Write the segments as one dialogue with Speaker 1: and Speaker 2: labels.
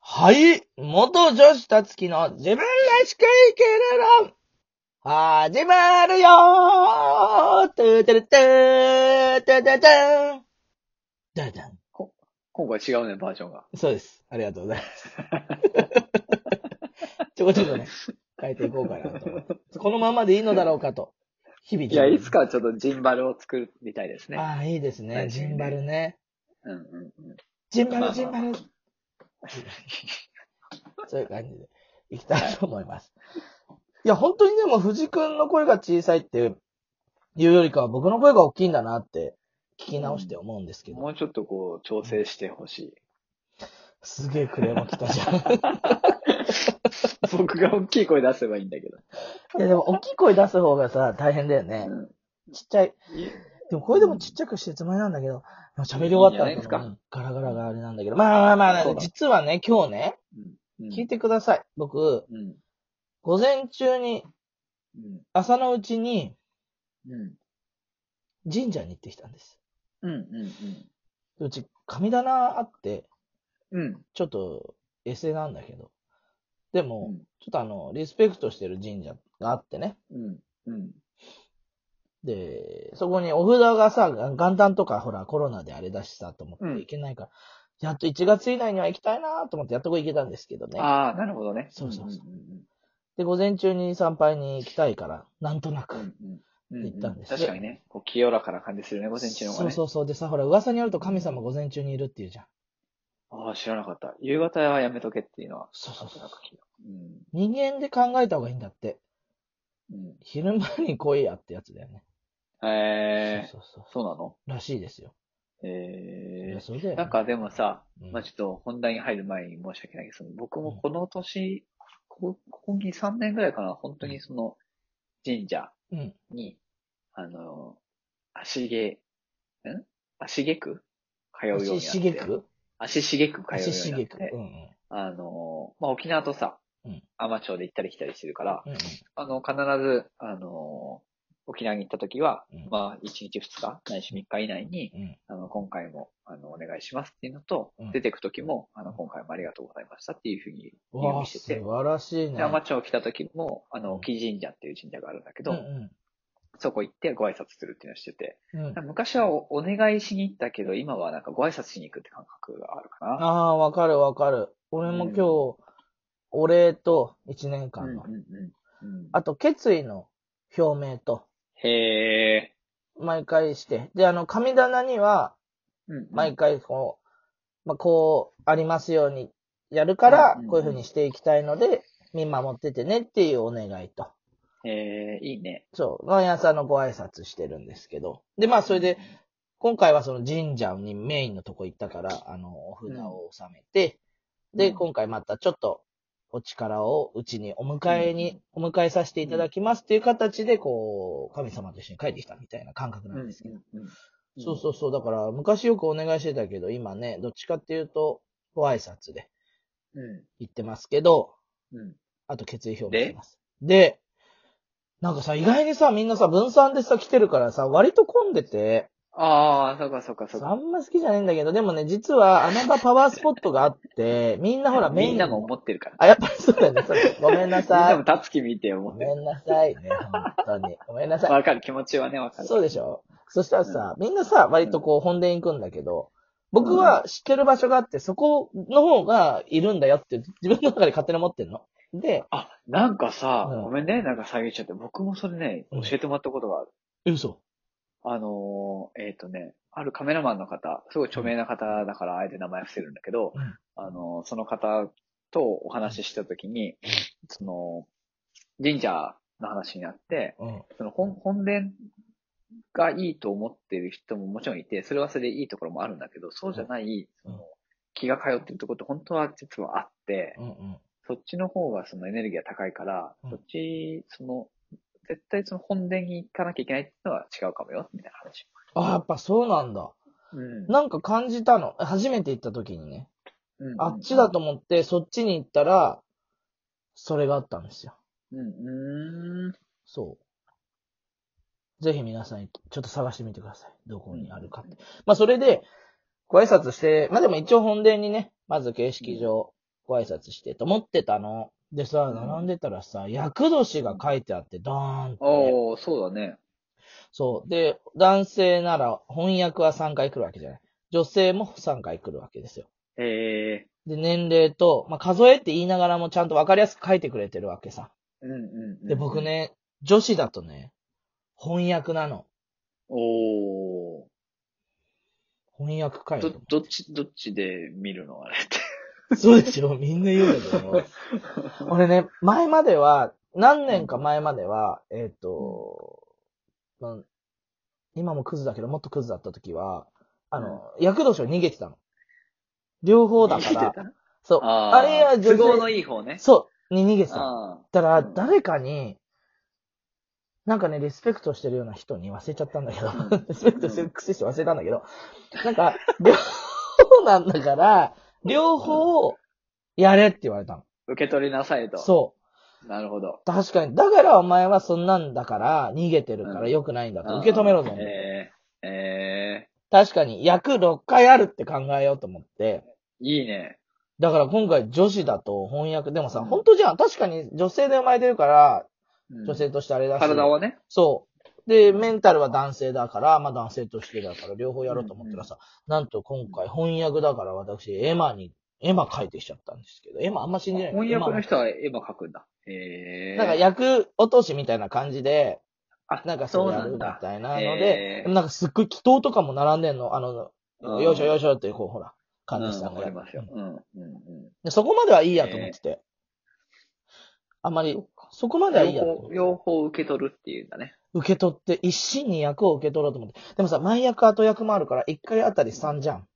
Speaker 1: はい元女子たつきの自分らしく生きる論始まるよートゥトゥルトゥトゥトゥトゥダダン。
Speaker 2: 今回違うね、バージョンが。
Speaker 1: そうです。ありがとうございます。ちょこちょこね、変えていこうかなと思って。このままでいいのだろうかと。日々。
Speaker 2: いや、いつ。かちょっとジンバルを作るみたいですね。
Speaker 1: ああ、いいですね。
Speaker 2: はい
Speaker 1: ジンバルね。
Speaker 2: うんうんうん。
Speaker 1: ジンバ
Speaker 2: ま
Speaker 1: ル、
Speaker 2: あまあ
Speaker 1: ジンバル。 そういう感じでいきたいと思います。いや、本当にでも藤くんの声が小さいっていうよりかは僕の声が大きいんだなって聞き直して思うんですけど、
Speaker 2: もうちょっとこう、調整してほしい。
Speaker 1: すげえクレーム来たじ ゃん。い
Speaker 2: 僕が大きい声出せばいいんだけど。
Speaker 1: や、でも大きい声出す方がさ、大変だよね。
Speaker 2: うん
Speaker 1: ちっちゃい。
Speaker 2: い
Speaker 1: でも声でもちっちゃくしてるつもりなんだけど、でも喋り終わった
Speaker 2: いいんじ
Speaker 1: 後
Speaker 2: ゃない
Speaker 1: のう
Speaker 2: で
Speaker 1: んガラガラがあれなんだけど、まあまあまあ
Speaker 2: そう、だ
Speaker 1: 実はね、今日ね、
Speaker 2: うん。
Speaker 1: 聞いてください。僕、
Speaker 2: うん。
Speaker 1: 午前中に、
Speaker 2: うん。
Speaker 1: 朝のうちに
Speaker 2: うん。
Speaker 1: 神社に行ってきたんです。
Speaker 2: うん。うん。
Speaker 1: うち、神棚あって、
Speaker 2: うん。
Speaker 1: ちょっとエセなんだけど。でも、
Speaker 2: うん
Speaker 1: ちょっとあの、リスペクトしてる神社があってね。
Speaker 2: うん。うん。
Speaker 1: で、そこにお札がさ、元旦とかほらコロナであれだしさと思
Speaker 2: う
Speaker 1: っ
Speaker 2: ん
Speaker 1: ていけないから、やっと1月以内には行きたいなと思ってやっとこ行けたんですけどね。
Speaker 2: ああ、なるほどね。
Speaker 1: そうそうそ
Speaker 2: うんうん
Speaker 1: で、午前中に参拝に行きたいから、なんとなく。
Speaker 2: うん。うんうん。
Speaker 1: 行ったんです
Speaker 2: 確かにね、こう、清らかな感じするね、午前中の方が
Speaker 1: そ
Speaker 2: ね。
Speaker 1: うそうそう。でさ、ほら、噂によると神様午前中にいるっていうじゃん。
Speaker 2: ああ、知らなかった。夕方はやめとけっていうのは、
Speaker 1: そうそうそう
Speaker 2: なん。か聞いたうん。
Speaker 1: 人間で考えた方がいいんだって。
Speaker 2: うん。
Speaker 1: 昼間に来いやってやつだよね。
Speaker 2: ええ、
Speaker 1: そうそうそ
Speaker 2: そうなの
Speaker 1: う。らしいですよ。い
Speaker 2: ええ
Speaker 1: や、。それで。
Speaker 2: なんかでもさ、
Speaker 1: うん
Speaker 2: まあ、ちょっと本題に入る前に申し訳ないけど、その僕もこの年、こここに3年ぐらいかな、本当にその神社
Speaker 1: うん。
Speaker 2: に、あの、足毛、ん足毛区通うようになって。
Speaker 1: 足しげく
Speaker 2: 足しげく通うようになって。
Speaker 1: 足しげく。うんうん。
Speaker 2: あの、まあ、沖縄とさ
Speaker 1: うん、
Speaker 2: 海士町で行ったり来たりしてるから、
Speaker 1: うんうん。
Speaker 2: あの、必ず、あの、沖縄に行った時は、
Speaker 1: うん
Speaker 2: まあ、1日2日、ないし3日以内に、
Speaker 1: うん。
Speaker 2: あの、今回も、あの、お願いしますっていうのと、
Speaker 1: うん
Speaker 2: 出てくときも、あの、今回もありがとうございましたっていうふうに
Speaker 1: う
Speaker 2: 言
Speaker 1: わ
Speaker 2: う
Speaker 1: あ、
Speaker 2: して
Speaker 1: 素
Speaker 2: て、
Speaker 1: 晴らしいね。
Speaker 2: で、アマチュア来たときも、あ
Speaker 1: う
Speaker 2: の、
Speaker 1: ん
Speaker 2: 木神社っていう神社があるんだけ
Speaker 1: う
Speaker 2: ど、
Speaker 1: んうん
Speaker 2: そこ行ってご挨拶するっていうのをしてて、
Speaker 1: うん。
Speaker 2: 昔はおお願いしに行ったけど、今はなんかご挨拶しに行くって感覚があるか
Speaker 1: あ
Speaker 2: な。
Speaker 1: あ、わかるわかる。俺も今日、お礼と一年
Speaker 2: うん
Speaker 1: 間の
Speaker 2: う、んうんうん
Speaker 1: あと決意の表明と、
Speaker 2: へえ。
Speaker 1: 毎回して。で、あの、神棚には、
Speaker 2: うんうん
Speaker 1: 毎回こう、まあ、こう、ありますようにやるから
Speaker 2: うんうんう、ん
Speaker 1: こういうふうにしていきたいので、見守っててねっていうお願いと。
Speaker 2: へえ、いいね。
Speaker 1: そう、毎朝のご挨拶してるんですけど。で、まあ、それで、今回はその神社にメインのとこ行ったから、あの、お札を納めて、
Speaker 2: うん
Speaker 1: で、
Speaker 2: うん
Speaker 1: 今回またちょっと、お力をうちにお迎えに、お迎えさせていただきますっていう形で、こう、神様と一緒に帰ってきたみたいな感覚
Speaker 2: う
Speaker 1: なん
Speaker 2: うんん
Speaker 1: ですけど。
Speaker 2: うん。
Speaker 1: そうそうそう。だから、昔よくお願いしてたけど、今ね、どっちかっていうと、ご挨拶で
Speaker 2: うん。
Speaker 1: 行ってますけど、
Speaker 2: うん。
Speaker 1: あと決意表明してます。で、なんかさ、意外にさ、みんなさ、分散でさ、来てるからさ、割と混んでて、
Speaker 2: ああ、そうかそうかそうか。
Speaker 1: あんま好きじゃないんだけど、でもね、実は穴場パワースポットがあって、みんなほらメイン。
Speaker 2: みんなも思ってるから。
Speaker 1: あ、やっぱりそうだよね。そうごめんな
Speaker 2: みんな
Speaker 1: さ
Speaker 2: も
Speaker 1: い。
Speaker 2: たつき見て思
Speaker 1: ご
Speaker 2: ってる
Speaker 1: めんなさいね、本当に。ごめんなさ
Speaker 2: わかる、気持ちはね、わか
Speaker 1: い。
Speaker 2: る。
Speaker 1: そうでしょそしたらさ、みんなさ、割とこう本殿行くんだけど、僕は知ってる場所があって、そこの方がいるんだよって、自分の中で勝手に思ってんの。で、
Speaker 2: あ、なんかさ、
Speaker 1: うん
Speaker 2: ごめんね、なんか下げちゃって、僕もそれね、
Speaker 1: うん
Speaker 2: 教えてもらったことがある。
Speaker 1: え、嘘。
Speaker 2: あのー、えっ、とね、あるカメラマンの方、すごい著名な方だから、あえて名前伏せるんだけど、
Speaker 1: うん
Speaker 2: あのーその方とお話ししたときに、その、神社の話になって、
Speaker 1: うん。
Speaker 2: その本、本殿がいいと思ってる人ももちろんいて、それはそれでいいところもあるんだけど、そうじゃない、
Speaker 1: うん
Speaker 2: その、気が通ってるところって本当は実はあって、
Speaker 1: うんうん。
Speaker 2: そっちの方がそのエネルギーが高いから、
Speaker 1: うん
Speaker 2: そっち、その、絶対その本殿に行かなきゃいけないっていうのは違うかもよ、みたいな話。
Speaker 1: あ、やっぱそうなんだ。
Speaker 2: うん
Speaker 1: なんか感じたの。初めて行った時にね。
Speaker 2: うん
Speaker 1: あっちだと。思って、そっちに行ったら、それがあったんですよ。
Speaker 2: うん、う
Speaker 1: そう。ぜひ皆さん、ちょっと探してみてください。どこにあるかって。まあ、それで、ご挨拶して、まあでも一応本殿にね、まず形式上、ご挨拶してと思ってたの。でさ、並んでたらさ、厄年が書いてあって、ドーンって。
Speaker 2: おー、そうだね。
Speaker 1: そう。で、男性なら翻訳は3回来るわけじゃない。女性も3回来るわけですよ。
Speaker 2: え
Speaker 1: で、年齢と、まあ、数えって言いながらもちゃんとわかりやすく書いてくれてるわけさ。
Speaker 2: ー、うんうん、うん。
Speaker 1: で、僕。ね、女子だとね、翻訳なの。
Speaker 2: おー。
Speaker 1: 翻訳かよと
Speaker 2: ど
Speaker 1: 思って。、
Speaker 2: どっち、どっちで見るのあれって。
Speaker 1: そうですよ。みんな言うんだけど。俺ね、前までは、何年か前までは、えっ、と、まあ今もクズだけど、もっとクズだった時は、あの、厄年を逃げてたの。両方だか
Speaker 2: 見て
Speaker 1: ら。
Speaker 2: た
Speaker 1: そう。
Speaker 2: あ
Speaker 1: あ
Speaker 2: あ
Speaker 1: れは女性
Speaker 2: 都合のいい方ね。
Speaker 1: そう。に逃げてたの。
Speaker 2: あ
Speaker 1: だから、
Speaker 2: うん
Speaker 1: 誰かに、なんかね、リスペクトしてるような人に忘れちゃったんだけど
Speaker 2: う ん、
Speaker 1: リスペクトしてるくせして忘れたんだけど、なんか、両方なんだから、両方、やれって言われたの。
Speaker 2: あ、受け取りなさいと。。
Speaker 1: そう
Speaker 2: なるほど。
Speaker 1: う。確かに。だからお前はそんなんだから、逃げてるから
Speaker 2: うん
Speaker 1: 良くないんだと。受け止めろ
Speaker 2: あ
Speaker 1: と
Speaker 2: ーえー、え
Speaker 1: 確かに、約6回あるって考えようと思って。
Speaker 2: ー、いいね。
Speaker 1: だから今回女子だと翻訳、でもさ、
Speaker 2: うん
Speaker 1: 本当じゃん。確かに女性で生まれてるから、
Speaker 2: うん
Speaker 1: 女性としてあれだし。
Speaker 2: 体はね。
Speaker 1: そう。で、メンタルは男性だから、まあ男性としてだから、両方やろうと思ったらさ、なんと今回翻訳だから私、エマに、エマ書いてきちゃったんですけど、エマあんま信じない。
Speaker 2: 翻訳の
Speaker 1: 人
Speaker 2: 人は絵も描くんだ。えー。
Speaker 1: なんか役落としみたいな感じで、
Speaker 2: あ
Speaker 1: なんかそうや
Speaker 2: そ
Speaker 1: るみ
Speaker 2: うなんだ
Speaker 1: たいなので、
Speaker 2: へー
Speaker 1: でもなんかすっごい祈祷とかも並んでんの、あの、
Speaker 2: うん
Speaker 1: よいしょよいしょっていう、こう、ほら、神主さんが
Speaker 2: わか
Speaker 1: や
Speaker 2: り
Speaker 1: る、
Speaker 2: ますよ。うん、うん、うん。
Speaker 1: でそこまではいいやと思ってて。あんまり、そこまではいいやと思っ
Speaker 2: 両方、
Speaker 1: て。
Speaker 2: 両方受け取るっていうんだね。
Speaker 1: 受け取って、一心に役を受け取ろうと思って。でもさ、前役後役もあるから、一回あたり3じゃん。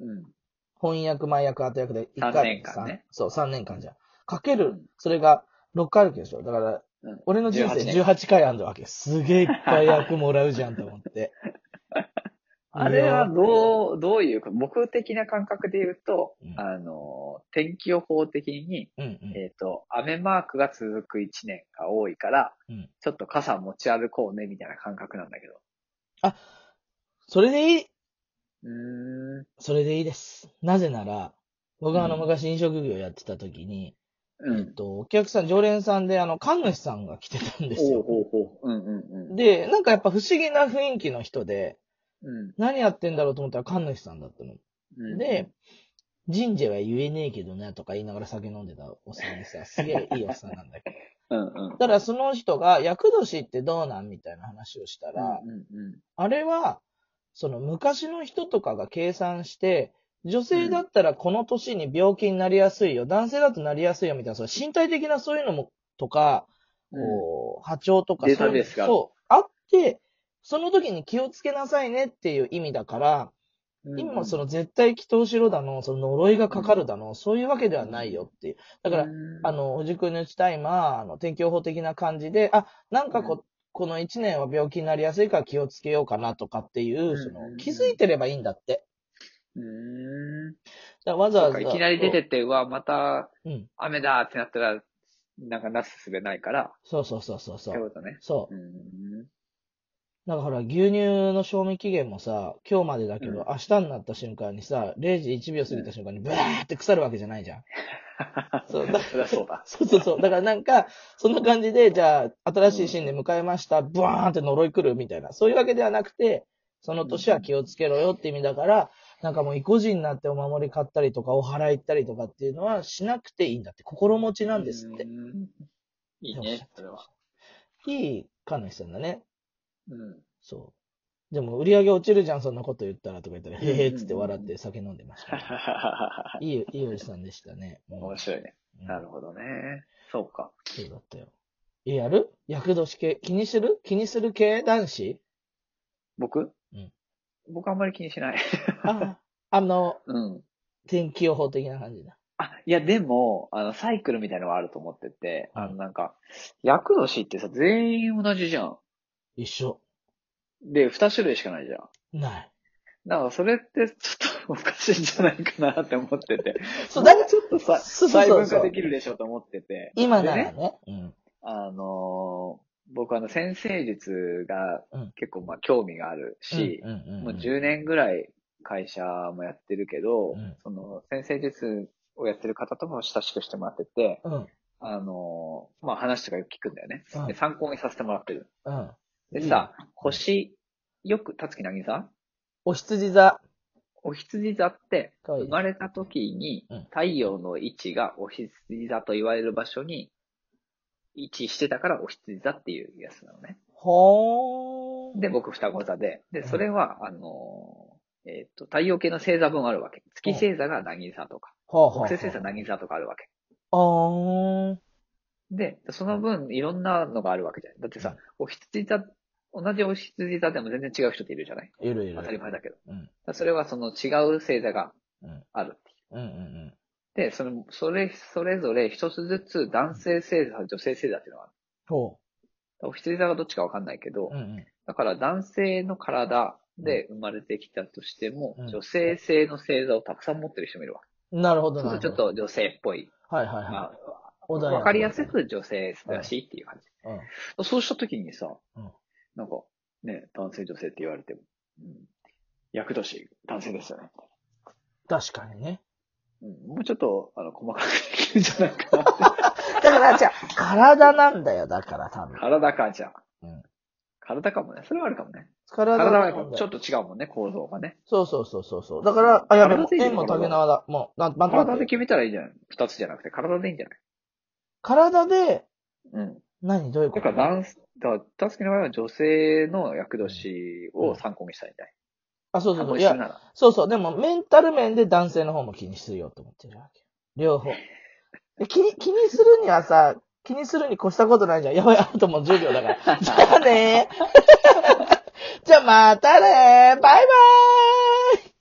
Speaker 2: うん。
Speaker 1: 翻訳前役後役で一回。
Speaker 2: 三年間ね
Speaker 1: 三そう、3年間じゃん。かけ
Speaker 2: う
Speaker 1: る
Speaker 2: ん、
Speaker 1: それが6回あるわけでしょ。だから、
Speaker 2: うん
Speaker 1: 俺の人生
Speaker 2: 18年
Speaker 1: 18回あるわけ。すげえいっぱい役もらうじゃんと思って。
Speaker 2: あれは
Speaker 1: うわ
Speaker 2: どう、どういうか、僕的な感覚で言うと、
Speaker 1: うん
Speaker 2: あの、天気予報的に、
Speaker 1: うんうん。
Speaker 2: えっ、と、雨マークが続く1年が多いから、
Speaker 1: うん
Speaker 2: ちょっと傘持ち歩こうね、みたいな感覚なんだけど。
Speaker 1: それでいい、
Speaker 2: うーん。
Speaker 1: それでいいです。なぜなら、僕はあの
Speaker 2: うん
Speaker 1: 昔飲食業やってた時に、
Speaker 2: う
Speaker 1: えっ
Speaker 2: ん。
Speaker 1: と、お客さん、常連さんで、あの、神主さんが来てたんです
Speaker 2: ほう
Speaker 1: よ。
Speaker 2: ほうほう。うんうんうん。
Speaker 1: で、なんかやっぱ不思議な雰囲気の人で、
Speaker 2: うん
Speaker 1: 何やってんだろうと思ったら神主さんだったの。
Speaker 2: うん、
Speaker 1: で、神社は言えねえけどなとか言いながら酒飲んでたおっさんでさ、すげえいいおっさんなんだけ
Speaker 2: うんうん
Speaker 1: ど。。 ただその人が、厄年ってどうなんみたいな話をしたら、
Speaker 2: うんうん
Speaker 1: あれは、その昔の人とかが計算して、女性だったらこの年に病気になりやすいよ、男性だとなりやすいよみたいな、その身体的なそういうのも、とか、
Speaker 2: うん。
Speaker 1: こう、波長とか
Speaker 2: データ
Speaker 1: そういうの
Speaker 2: ベースが
Speaker 1: そう、あって、その時に気をつけなさいねっていう意味だから、今もその絶対祈祷しろだの、その呪いがかかるだの、そういうわけではないよっていう。だから
Speaker 2: うん、、
Speaker 1: あの、お塾のタイマー、あの、天気予報的な感じで、あ、なんかこ、
Speaker 2: うん
Speaker 1: この1年は病気になりやすいから気をつけようかなとかっていうう、
Speaker 2: ん
Speaker 1: その、気づいてればいいんだって。
Speaker 2: うー
Speaker 1: だ
Speaker 2: ん。
Speaker 1: からわざ
Speaker 2: そ
Speaker 1: わ
Speaker 2: うか
Speaker 1: ざ。
Speaker 2: いきなり出てって、うわ、また
Speaker 1: そう。うん。
Speaker 2: 雨だってなったら、なんかなすすべないから、
Speaker 1: そうそうそうそう
Speaker 2: っ
Speaker 1: そ
Speaker 2: て
Speaker 1: う。
Speaker 2: ことね。
Speaker 1: そうう。
Speaker 2: ーん。
Speaker 1: なんかほら、牛乳の賞味期限もさ、今日までだけど、
Speaker 2: うん
Speaker 1: 明日になった瞬間にさ、0時1秒過ぎた瞬間にブワーって腐るわけじゃないじゃん。そうだ
Speaker 2: そりゃ そうだ。
Speaker 1: そうそうそう。だからなんか、そんな感じで、じゃあ、新しい新年迎えました、ブワーンって呪い来るみたいな、そういうわけではなくて、その年は気をつけろよって意味だから、なんかもう意固地になってお守り買ったりとか、お祓い行ったりとかっていうのはしなくていいんだって、心持ちなんですって
Speaker 2: う。ん。いいね、それは。
Speaker 1: いい神主さんだね。
Speaker 2: うん。
Speaker 1: そう。でも、売り上げ落ちるじゃん、そんなこと言ったらとか言ったら、
Speaker 2: うん
Speaker 1: へへっつって笑って酒飲んでました。いい、いいおじさんでしたね。うん
Speaker 2: 面白いね。なるほどね。そうか。
Speaker 1: そうだったよ。え、やる厄年系気にする気にする系男子
Speaker 2: 僕
Speaker 1: うん
Speaker 2: 僕あんまり気にしない。
Speaker 1: あ、あの、
Speaker 2: うん。
Speaker 1: 天気予報的な感じだ。
Speaker 2: あ、いや、でも、あの、サイクルみたいのはあると思ってて、
Speaker 1: うん
Speaker 2: あの、なんか、厄年ってさ、全員同じじゃん。
Speaker 1: 一緒。
Speaker 2: で、二種類しかないじゃん。
Speaker 1: ない。
Speaker 2: だから、それってちょっとおかしいんじゃないかなって思ってて。
Speaker 1: そう、だから、
Speaker 2: ちょっとさ、
Speaker 1: そうそうそう
Speaker 2: 細分化できるでしょうと思ってて。
Speaker 1: 今
Speaker 2: で
Speaker 1: なら
Speaker 2: ね、
Speaker 1: ね。うん。
Speaker 2: あのー僕あの、先生術が
Speaker 1: うん
Speaker 2: 結構まあ興味があるし、
Speaker 1: うんうんうん、
Speaker 2: もう10年ぐらい会社もやってるけど、
Speaker 1: うん
Speaker 2: その先生術をやってる方とも親しくしてもらってて、
Speaker 1: うん。
Speaker 2: あのーまあ、話とかよく聞くんだよね。
Speaker 1: うん
Speaker 2: で、参考にさせてもらってる。
Speaker 1: うん。
Speaker 2: でさ、星、よく、たつきなぎさん
Speaker 1: お羊座。
Speaker 2: お羊座って、
Speaker 1: かわい
Speaker 2: 生
Speaker 1: い。
Speaker 2: まれた時に
Speaker 1: うん
Speaker 2: 太陽の位置がお羊座と言われる場所に位置してたからお羊座っていうやつなのね。
Speaker 1: ほーん。
Speaker 2: で、僕双子座で。で、
Speaker 1: うん
Speaker 2: それは、あのー、えっ、と、太陽系の星座分あるわけ。月星座が渚座とか、
Speaker 1: ほうほうほう。
Speaker 2: 木星星座渚座とかあるわけ。
Speaker 1: あーん。
Speaker 2: で、その分いろんなのがあるわけじゃない。だってさ、お羊座、同じお羊座でも全然違う人っているじゃない
Speaker 1: いるいる。
Speaker 2: 当たり前だけど。だか
Speaker 1: うん。うん
Speaker 2: らそれはその違う星座があるってい
Speaker 1: う
Speaker 2: う。
Speaker 1: んうん
Speaker 2: で、その、それ、それぞれ一つずつ男性星座、女性星座っていうのがある。
Speaker 1: ほ
Speaker 2: お羊座がどっちかわかんないけど、
Speaker 1: う。うんうん。
Speaker 2: だから男性の体で生まれてきたとしても、
Speaker 1: うん
Speaker 2: 女性性の星座をたくさん持ってる人もいるわ。
Speaker 1: なるほど
Speaker 2: そう
Speaker 1: なる
Speaker 2: する
Speaker 1: ほ
Speaker 2: と
Speaker 1: ど。
Speaker 2: ちょっと女性っぽい。
Speaker 1: と。はいはい
Speaker 2: ま
Speaker 1: は
Speaker 2: あ、
Speaker 1: い。
Speaker 2: わかりやす
Speaker 1: く。
Speaker 2: く女性らしいっていう感じ。
Speaker 1: うん。
Speaker 2: そうした時にさ、
Speaker 1: うん
Speaker 2: なんか、ね、男性女性って言われても、うん、役年、男性ですよね。
Speaker 1: 確かにね。
Speaker 2: うん、もうちょっと、あの、細かくできるんじゃないかなって。
Speaker 1: だから、じゃあ体なんだよ、だから多分。
Speaker 2: 体か、じゃあ。
Speaker 1: うん
Speaker 2: 体かもね。それはあるかもね。
Speaker 1: 体
Speaker 2: 体はや
Speaker 1: なん
Speaker 2: っぱ
Speaker 1: だ
Speaker 2: ちょ
Speaker 1: よ。
Speaker 2: っと違うもんね、構造がね。
Speaker 1: そうそうそうそうそう。だから、あ、やべ、
Speaker 2: 体でいいの
Speaker 1: 縁も竹縄だ。もう、なん、ま
Speaker 2: 体で決めたらいいんじゃない二つじゃなくて、体でいいんじゃない
Speaker 1: 体で、
Speaker 2: うん。
Speaker 1: 何どういうこ
Speaker 2: だ
Speaker 1: と
Speaker 2: から、ダンス、だから、ダンスの場合は女性の役年を参考にしたいんじゃない
Speaker 1: あ、そうそうそ
Speaker 2: 参考
Speaker 1: う。
Speaker 2: に
Speaker 1: い
Speaker 2: する
Speaker 1: や、
Speaker 2: なら。
Speaker 1: そうそう。でも、メンタル面で男性の方も気にするよと思ってるわけ。両 方。で気に、気にするにはさ、気にするに越したことないじゃん。やばい、あともう10秒だから。 じ ゃあねじゃあまたねバイバーイ